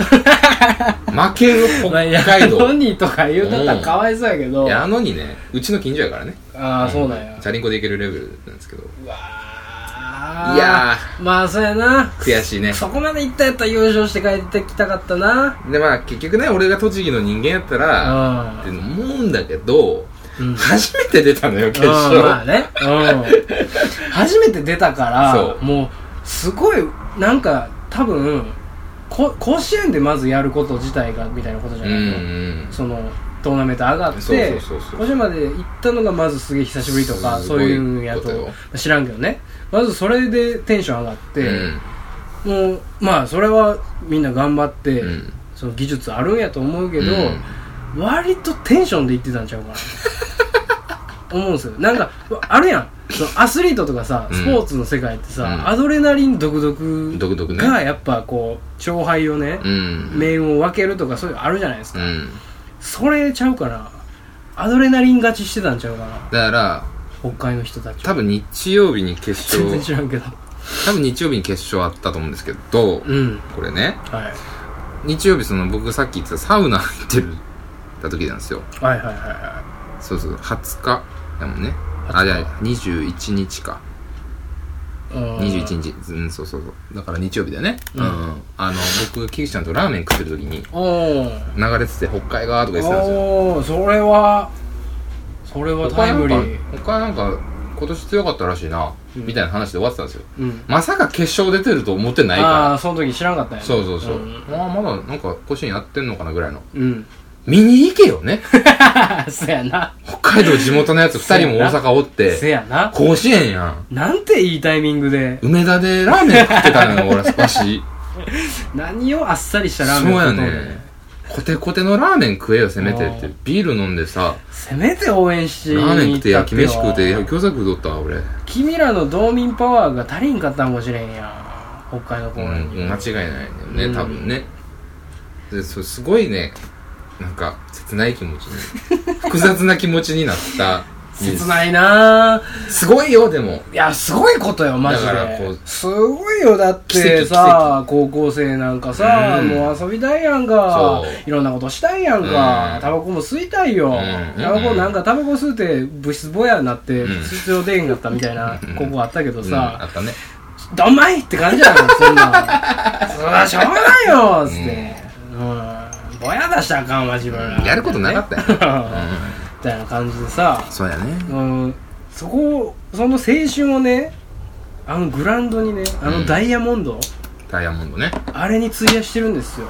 Speaker 1: 負ける北
Speaker 2: まあや
Speaker 1: 海道
Speaker 2: のにとか言うたったらかわいそうやけど
Speaker 1: やのにねうちの近所やからね
Speaker 2: ああそうなんや
Speaker 1: チャリンコで行けるレベルなんですけど
Speaker 2: うわー
Speaker 1: いや
Speaker 2: まあそうやな
Speaker 1: 悔しいね
Speaker 2: そこまで行ったやったら優勝して帰ってきたかったな
Speaker 1: でまあ結局ね俺が栃木の人間やった
Speaker 2: う
Speaker 1: ら
Speaker 2: ん
Speaker 1: って思うんだけど、
Speaker 2: うん
Speaker 1: 初めて出たのよ決
Speaker 2: うんまあ
Speaker 1: 勝、
Speaker 2: ね、うん、初めて出たから
Speaker 1: そう
Speaker 2: もうすごいなんか多分こ甲子園でまずやること自体がみたいなことじゃ
Speaker 1: う
Speaker 2: ない
Speaker 1: ん
Speaker 2: の、そのトーナメント上がって
Speaker 1: そうそうそうそう
Speaker 2: 甲子園まで行ったのがまずすげえ久しぶりとか
Speaker 1: す
Speaker 2: そ
Speaker 1: ご
Speaker 2: う
Speaker 1: い
Speaker 2: いうのや
Speaker 1: ことよ
Speaker 2: と知らんけどねまずそれでテンション上がっ
Speaker 1: うん
Speaker 2: て、もうまあそれはみんな頑張って、
Speaker 1: うんうん
Speaker 2: その技術あるんやと思うけど、割とテンションで言ってたんちゃう かな思うんですよなんかあるやんそのアスリートとかさ
Speaker 1: うん
Speaker 2: スポーツの世界ってさ、
Speaker 1: うん
Speaker 2: アドレナリン独
Speaker 1: うん
Speaker 2: 々
Speaker 1: 独特ね
Speaker 2: がやっぱこう勝敗をね
Speaker 1: う、ん
Speaker 2: 面を分けるとかそういうのあるじゃないです
Speaker 1: う
Speaker 2: か、
Speaker 1: ん
Speaker 2: それちゃうかなアドレナリン勝ちしてたんちゃうかな
Speaker 1: だから
Speaker 2: 北海の人たち
Speaker 1: 多分日曜日に決
Speaker 2: 全然
Speaker 1: 勝
Speaker 2: 知らんけど
Speaker 1: 多分日曜日に決勝あったと思うんですけど、
Speaker 2: うん
Speaker 1: これね
Speaker 2: はい
Speaker 1: 日曜日その僕さっき言ってたサウナ入ってるた時なんですよ
Speaker 2: はいはいはいは
Speaker 1: そうそう20日だもんねあじゃあ21日か
Speaker 2: いうん
Speaker 1: 21日うんそうそうそうだから日曜日だよねう、
Speaker 2: うんん
Speaker 1: あの僕がキキちゃんとラーメン食ってる時に
Speaker 2: おー
Speaker 1: 流れてて北海がとか言ってたんですよ
Speaker 2: おーそれはそれはタイムリー
Speaker 1: 他なんか今年強かったらしいな、
Speaker 2: うん
Speaker 1: みたいな話で終わってたんですよ
Speaker 2: うん
Speaker 1: まさか決勝出てると思ってない
Speaker 2: ああ
Speaker 1: か
Speaker 2: ーその時知らんかったん
Speaker 1: ら
Speaker 2: や
Speaker 1: そうそうそう、
Speaker 2: ん
Speaker 1: ああまだなんか甲子園やってんのかなぐらいの
Speaker 2: うん
Speaker 1: 見に行けよ ね
Speaker 2: そやな
Speaker 1: 北海道地元のやつ2人も大阪おって
Speaker 2: せやな
Speaker 1: 甲子園やん
Speaker 2: なんていいタイミングで
Speaker 1: 梅田でラーメン食ってたのよ俺少し
Speaker 2: 何をあっさりしたラー
Speaker 1: そ
Speaker 2: メ
Speaker 1: う
Speaker 2: ン
Speaker 1: や
Speaker 2: 食うとん
Speaker 1: ねコテコテのラーメン食えよせめてっ
Speaker 2: あ
Speaker 1: て
Speaker 2: ー
Speaker 1: ビール飲んでさ
Speaker 2: せめて応援し
Speaker 1: ラーメン食って焼き飯食うて
Speaker 2: 行った
Speaker 1: 餃子
Speaker 2: っ
Speaker 1: 食うとったわ俺、うん、
Speaker 2: 君らの道民パワーが足りんかったんかもしれんや北海の公園
Speaker 1: 間違い
Speaker 2: に
Speaker 1: ないんだよね
Speaker 2: うん
Speaker 1: 多分ね、でそすごいねなんか切ない気持ちに 複雑な気持ちになった
Speaker 2: 切ないなー
Speaker 1: すごいよでも
Speaker 2: いやすごいことよマジ
Speaker 1: だからこ
Speaker 2: で
Speaker 1: う
Speaker 2: すごいよだってさ高校生なんかさ
Speaker 1: うん
Speaker 2: もう遊びたいやんか
Speaker 1: そう
Speaker 2: いろんなことしたいやん
Speaker 1: うん
Speaker 2: かタバコも吸いたいよ
Speaker 1: うん
Speaker 2: タバコなんかタバコ吸うて物質ぼやにな って
Speaker 1: うん
Speaker 2: 出場できんかったみたいな
Speaker 1: うん
Speaker 2: 高校あったけど
Speaker 1: うん、あ
Speaker 2: さ
Speaker 1: ったね
Speaker 2: 「どんまい!」って感 じやろそんなんそらしょうがないよっつってうんぼや出したらあかんわ自分ら
Speaker 1: やることなかったよ、ね
Speaker 2: みたいな感じでさ
Speaker 1: うん、そうやね
Speaker 2: うんそこをその青春をねあのグラウンドにねあ
Speaker 1: うん
Speaker 2: のダイヤモンド、
Speaker 1: ダイヤモンドね
Speaker 2: あれに費やしてるんですよ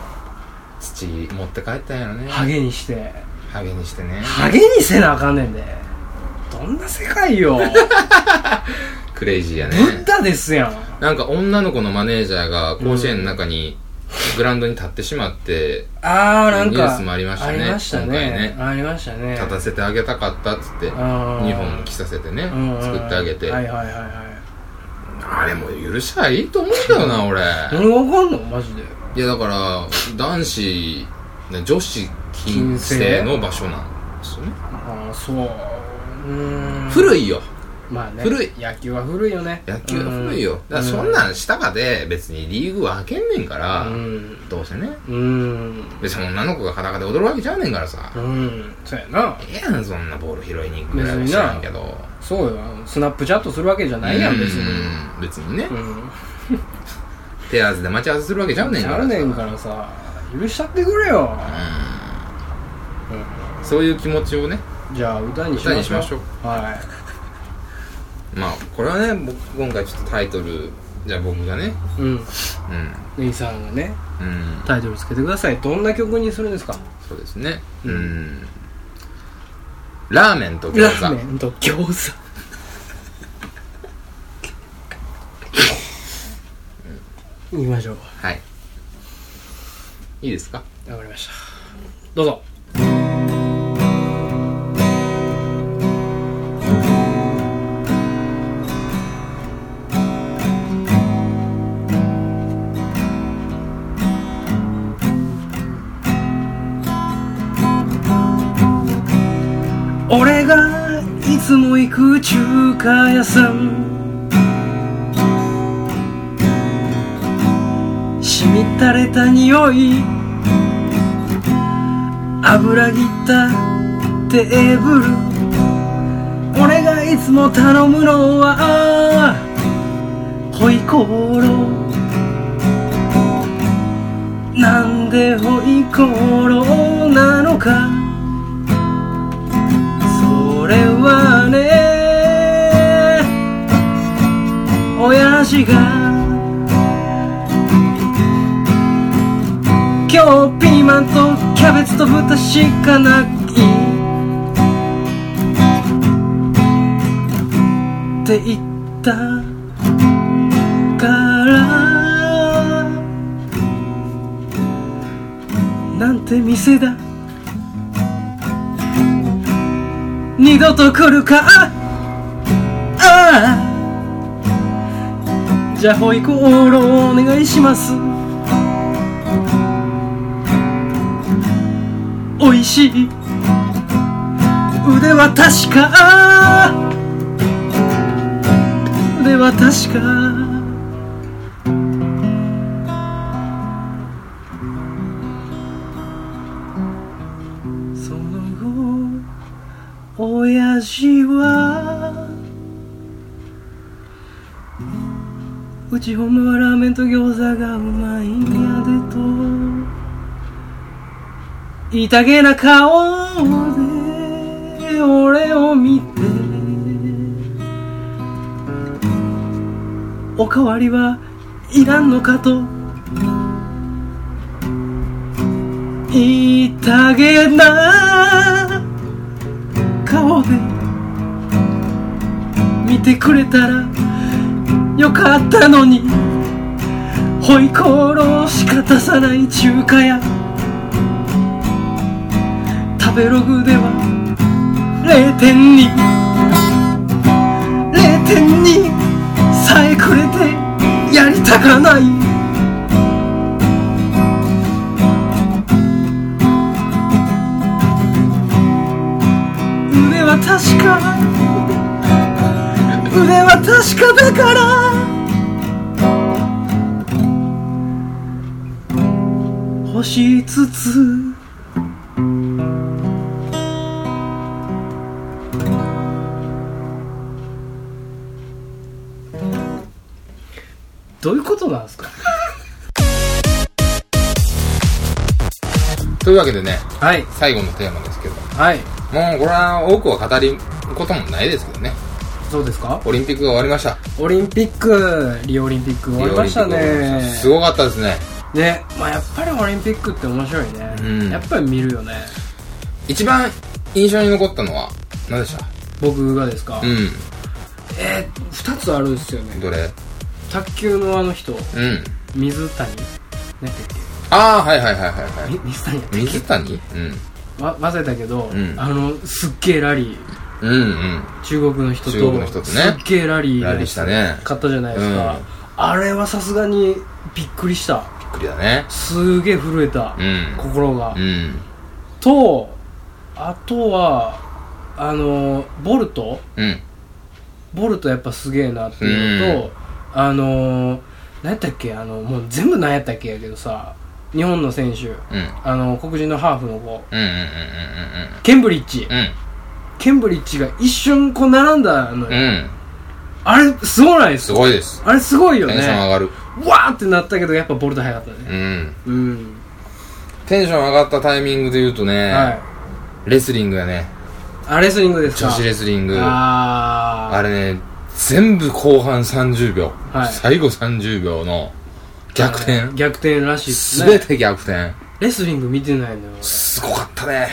Speaker 1: 土持って帰ったんやろね
Speaker 2: ハゲにして
Speaker 1: ハゲにしてね
Speaker 2: ハゲにせなあかんねんでどんな世界 よ
Speaker 1: クレイジーやね
Speaker 2: ブッダですやん
Speaker 1: なんか女の子のマネージャーが甲子園の中にグラウンドに立ってしまって
Speaker 2: あーなんか
Speaker 1: ニュースもありましたね
Speaker 2: ありました
Speaker 1: 今回
Speaker 2: ね
Speaker 1: ね
Speaker 2: ありましたね
Speaker 1: 立たせてあげたかったっつって
Speaker 2: あー
Speaker 1: 2本着させてね
Speaker 2: うんうん
Speaker 1: 作ってあげて
Speaker 2: はいはいはいは
Speaker 1: あれも許しゃいいと思うんだよな俺
Speaker 2: い何がわかんのマジで
Speaker 1: いやだから男子ね女子禁制の場所なんですよね
Speaker 2: ああそううーん
Speaker 1: 古いよ
Speaker 2: まあね
Speaker 1: 古い
Speaker 2: 野球は古いよね
Speaker 1: 野球は古いよだからそん
Speaker 2: な
Speaker 1: なんしたかで別にリーグ分けんねんから
Speaker 2: うん
Speaker 1: どうせね
Speaker 2: うん
Speaker 1: 別に女の子が裸で踊るわけちゃうねんからさ
Speaker 2: うんそうやな
Speaker 1: ええやんそんなボール拾いに行くぐらいは知らんけど
Speaker 2: そうよスナップチャットするわけじゃないやん別に
Speaker 1: うん別にね
Speaker 2: うん
Speaker 1: 手合わせで待ち合わせするわけちゃうねん
Speaker 2: ち
Speaker 1: か
Speaker 2: ゃ
Speaker 1: ら
Speaker 2: う
Speaker 1: さ
Speaker 2: ねんからさ許したってくれよ、
Speaker 1: うんそういう気持ちをね
Speaker 2: うんじゃあ歌にしましょう
Speaker 1: 歌にしましょ
Speaker 2: は
Speaker 1: まあこれはね僕今回ちょっとタイトルじゃあ僕がね
Speaker 2: いうん
Speaker 1: うん
Speaker 2: ネイさんがね
Speaker 1: うん
Speaker 2: タイトルつけてくださいどんな曲にするんですか
Speaker 1: そうですね
Speaker 2: う
Speaker 1: うんん、ラーメンと餃
Speaker 2: ラ
Speaker 1: 子
Speaker 2: ーメンと餃子行きましょう
Speaker 1: はいいいですか
Speaker 2: わかりましたどうぞ俺がいつも行く中華屋さんしみったれた匂い油ぎったテーブル俺がいつも頼むのはホイコーローなんでホイコーローなのかそれはね親父が今日ピーマンとキャベツと豚しかないって言ったからなんて店だ二度と来るかああじゃあホイコーローお願いします美味しい腕は確か腕は確かその後親父はうちほんまはラーメンと餃子がうまいんやでと痛げな顔で俺を見ておかわりはいらんのかと痛げな顔で見てくれたらよかったのにホイコーローしか出さない中華屋食べログでは0.20.2さえくれてやりたかない腕は確か腕は確かだから欲しつつどういうことなんですか
Speaker 1: というわけでね
Speaker 2: はい
Speaker 1: 最後のテーマですけどもう
Speaker 2: はい
Speaker 1: これは多くは語ることもないですけどね
Speaker 2: そうですか
Speaker 1: オリンピックが終わりました
Speaker 2: オリンピックリオオリンピック終わりました
Speaker 1: リオオリンピックが終わりま
Speaker 2: ね
Speaker 1: したすごかったですね
Speaker 2: ねまあやっぱりオリンピックって面白いね、
Speaker 1: うん
Speaker 2: やっぱり見るよね
Speaker 1: 一番印象に残ったのは何でした
Speaker 2: 僕がですか、
Speaker 1: う
Speaker 2: えー、2つあるんですよ
Speaker 1: ん
Speaker 2: ね
Speaker 1: どれ
Speaker 2: 卓球のあの人
Speaker 1: うん
Speaker 2: 水谷何て
Speaker 1: ああはいはいはいはいは
Speaker 2: 言う水谷やっ
Speaker 1: い水谷うん
Speaker 2: たわ忘れたけど、
Speaker 1: うん
Speaker 2: あのすっげえラリー
Speaker 1: うんうん
Speaker 2: 中国の人と
Speaker 1: 中国の人とね
Speaker 2: すっげえラリーのやつ
Speaker 1: ラリーしたね
Speaker 2: 買ったじゃないですか、
Speaker 1: うん
Speaker 2: あれはさすがにびっくりした
Speaker 1: びっくりだね
Speaker 2: すげえ震えた、
Speaker 1: うん
Speaker 2: 心が、
Speaker 1: うん
Speaker 2: とあとはあのボルト
Speaker 1: うん
Speaker 2: ボルトやっぱすげえなっていうのと、あの何やったっけあのもう全部何やったっけやけどさ日本の選手
Speaker 1: うん
Speaker 2: あの黒人のハーフの子
Speaker 1: うんうんうん
Speaker 2: ケンブリッジ、
Speaker 1: うん
Speaker 2: ケンブリッジが一瞬こう並んだの
Speaker 1: うんう
Speaker 2: よ、
Speaker 1: んうん
Speaker 2: あれすごないですすか
Speaker 1: ごいです
Speaker 2: あれすごいよ
Speaker 1: テンション上
Speaker 2: ね
Speaker 1: がる
Speaker 2: わーってなったけどやっぱボルト速かったね
Speaker 1: うん。
Speaker 2: うん、
Speaker 1: テンション上がったタイミングで言うとね、
Speaker 2: はい
Speaker 1: レスリングやね。
Speaker 2: あレスリングですか
Speaker 1: 女子レスリング。
Speaker 2: あ
Speaker 1: あれね、全部後半30秒。
Speaker 2: はい
Speaker 1: 最後30秒の逆転。
Speaker 2: 逆転らしいっす
Speaker 1: す
Speaker 2: ね
Speaker 1: べて逆転。
Speaker 2: レスリング見てないのよ
Speaker 1: すごかったね。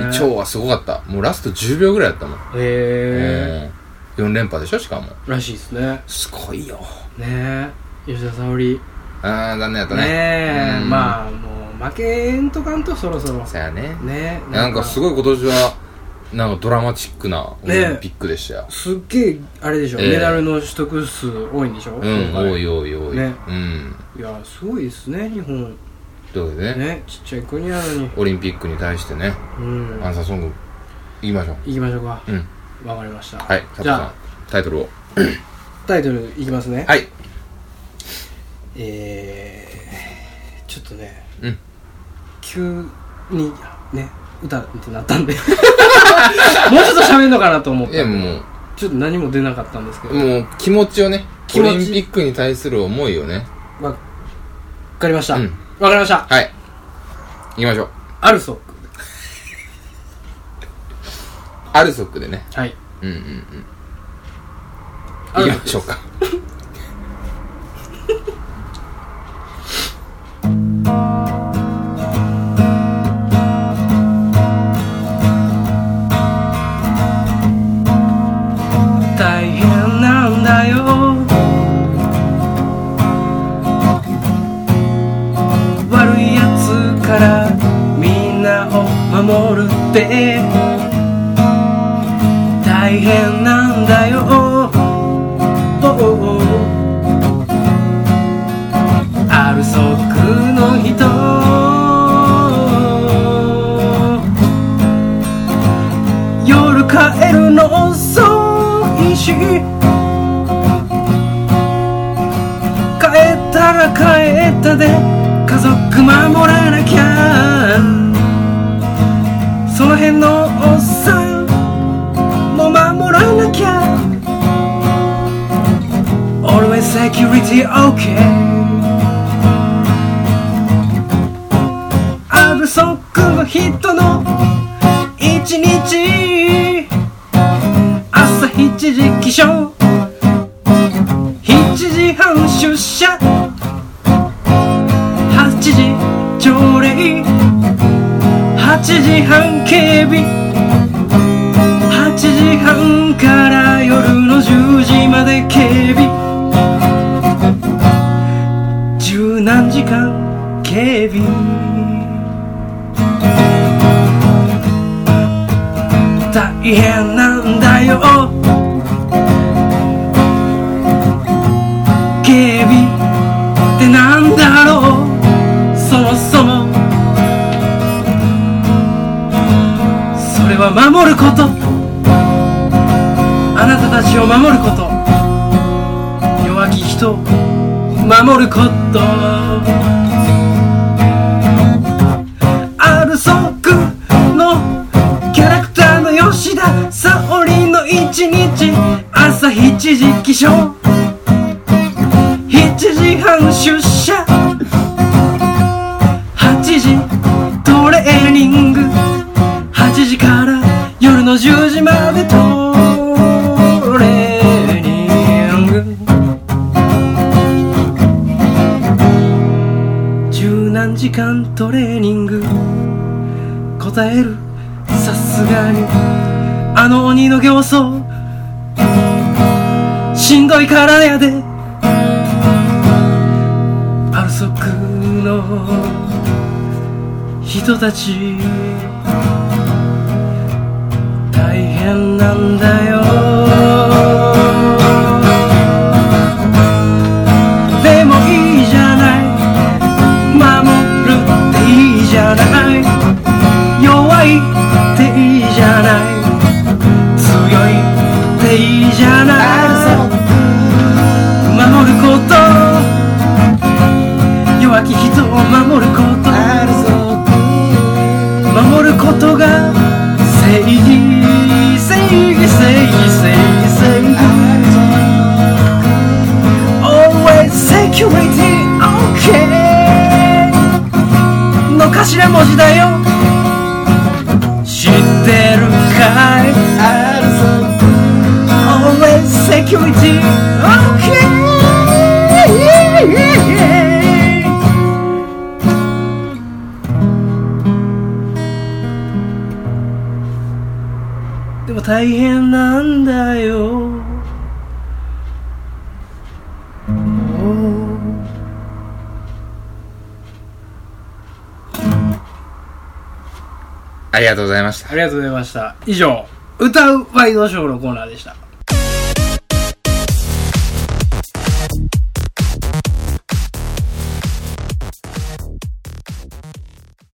Speaker 2: 俺
Speaker 1: 今日はすごかった。もうラスト10秒ぐらいやったもん。
Speaker 2: へえ
Speaker 1: 4連覇でしょしかも。
Speaker 2: ー、らしいっすね
Speaker 1: すごいよ。
Speaker 2: ねえ吉田沙保里
Speaker 1: あー、残念やったね。
Speaker 2: ねえ
Speaker 1: うん
Speaker 2: まあもう負けんとかんとそろそろ
Speaker 1: そやね。
Speaker 2: ねえ
Speaker 1: なんかすごい今年は、なんかドラマチックなオ
Speaker 2: ね
Speaker 1: リンピックでしたよ。
Speaker 2: すっげえあれでしょ、
Speaker 1: ええ
Speaker 2: メダルの取得数多いんでしょ、
Speaker 1: うん、
Speaker 2: 今回
Speaker 1: おいおいおい。
Speaker 2: ね
Speaker 1: うん。
Speaker 2: いやすごいですね日本
Speaker 1: ということでね、
Speaker 2: ねちっちゃい国なのに
Speaker 1: オリンピックに対してね、
Speaker 2: うん
Speaker 1: アンサーソング、言いましょう。
Speaker 2: いきましょうか
Speaker 1: うん。
Speaker 2: わかりました、
Speaker 1: はい、佐藤
Speaker 2: じ
Speaker 1: さん
Speaker 2: ゃ、
Speaker 1: タイトルを。
Speaker 2: あタイトルいきますね、
Speaker 1: はい。
Speaker 2: えー、ちょっとね、
Speaker 1: うん
Speaker 2: 急にね歌ってなったんで もうちょっと喋んのかなと思っ
Speaker 1: いや、
Speaker 2: て
Speaker 1: も
Speaker 2: ちょっと何も出なかったんですけ
Speaker 1: う、
Speaker 2: どわ
Speaker 1: もう気持ちをね、
Speaker 2: 気
Speaker 1: オ
Speaker 2: 持ち
Speaker 1: リンピックに対する思いをね。
Speaker 2: かりました、
Speaker 1: う
Speaker 2: わ
Speaker 1: ん
Speaker 2: かりました
Speaker 1: はい。行きましょう。
Speaker 2: アルソック
Speaker 1: アルソックでね。
Speaker 2: はい
Speaker 1: うんうんうん。
Speaker 2: ア
Speaker 1: 行
Speaker 2: ル
Speaker 1: き
Speaker 2: ソッ
Speaker 1: ましょうか。
Speaker 2: ク大変なんだよ悪いやつからみんなを守るって大変なんだよあるそくの人夜帰るの遅いし帰ったら帰ったで家族守らなきゃその辺のおっさんも守らなきゃ Always security OK アブソックの人の一日朝7時起床7時半出社8時朝礼8時半警備8時半から夜の10時まで警備十何時間警備大変なんだよ警備ってなんだろうそもそもそれは守ることあなたたちを守ること弱き人を守ることアルソックのキャラクターの吉田沙保里の一日朝7時起床7時半出社8時トレーニング8時から夜の10時までトレーニング十何時間トレーニング答えるさすがにあの鬼の形相しんどいからやでアルソックの人たち大変なんだよでもいいじゃない守るっていいじゃない弱いっていいじゃない強いっていいじゃない守ること弱き人を守ること守ることが正義正義正義正義正義 Always security QATOK の頭文字だよ知ってるかい Always security OK でも大変なんだよ
Speaker 1: ありがとうございました。
Speaker 2: ありがとうございました以上歌うワイドショーのコーナーでした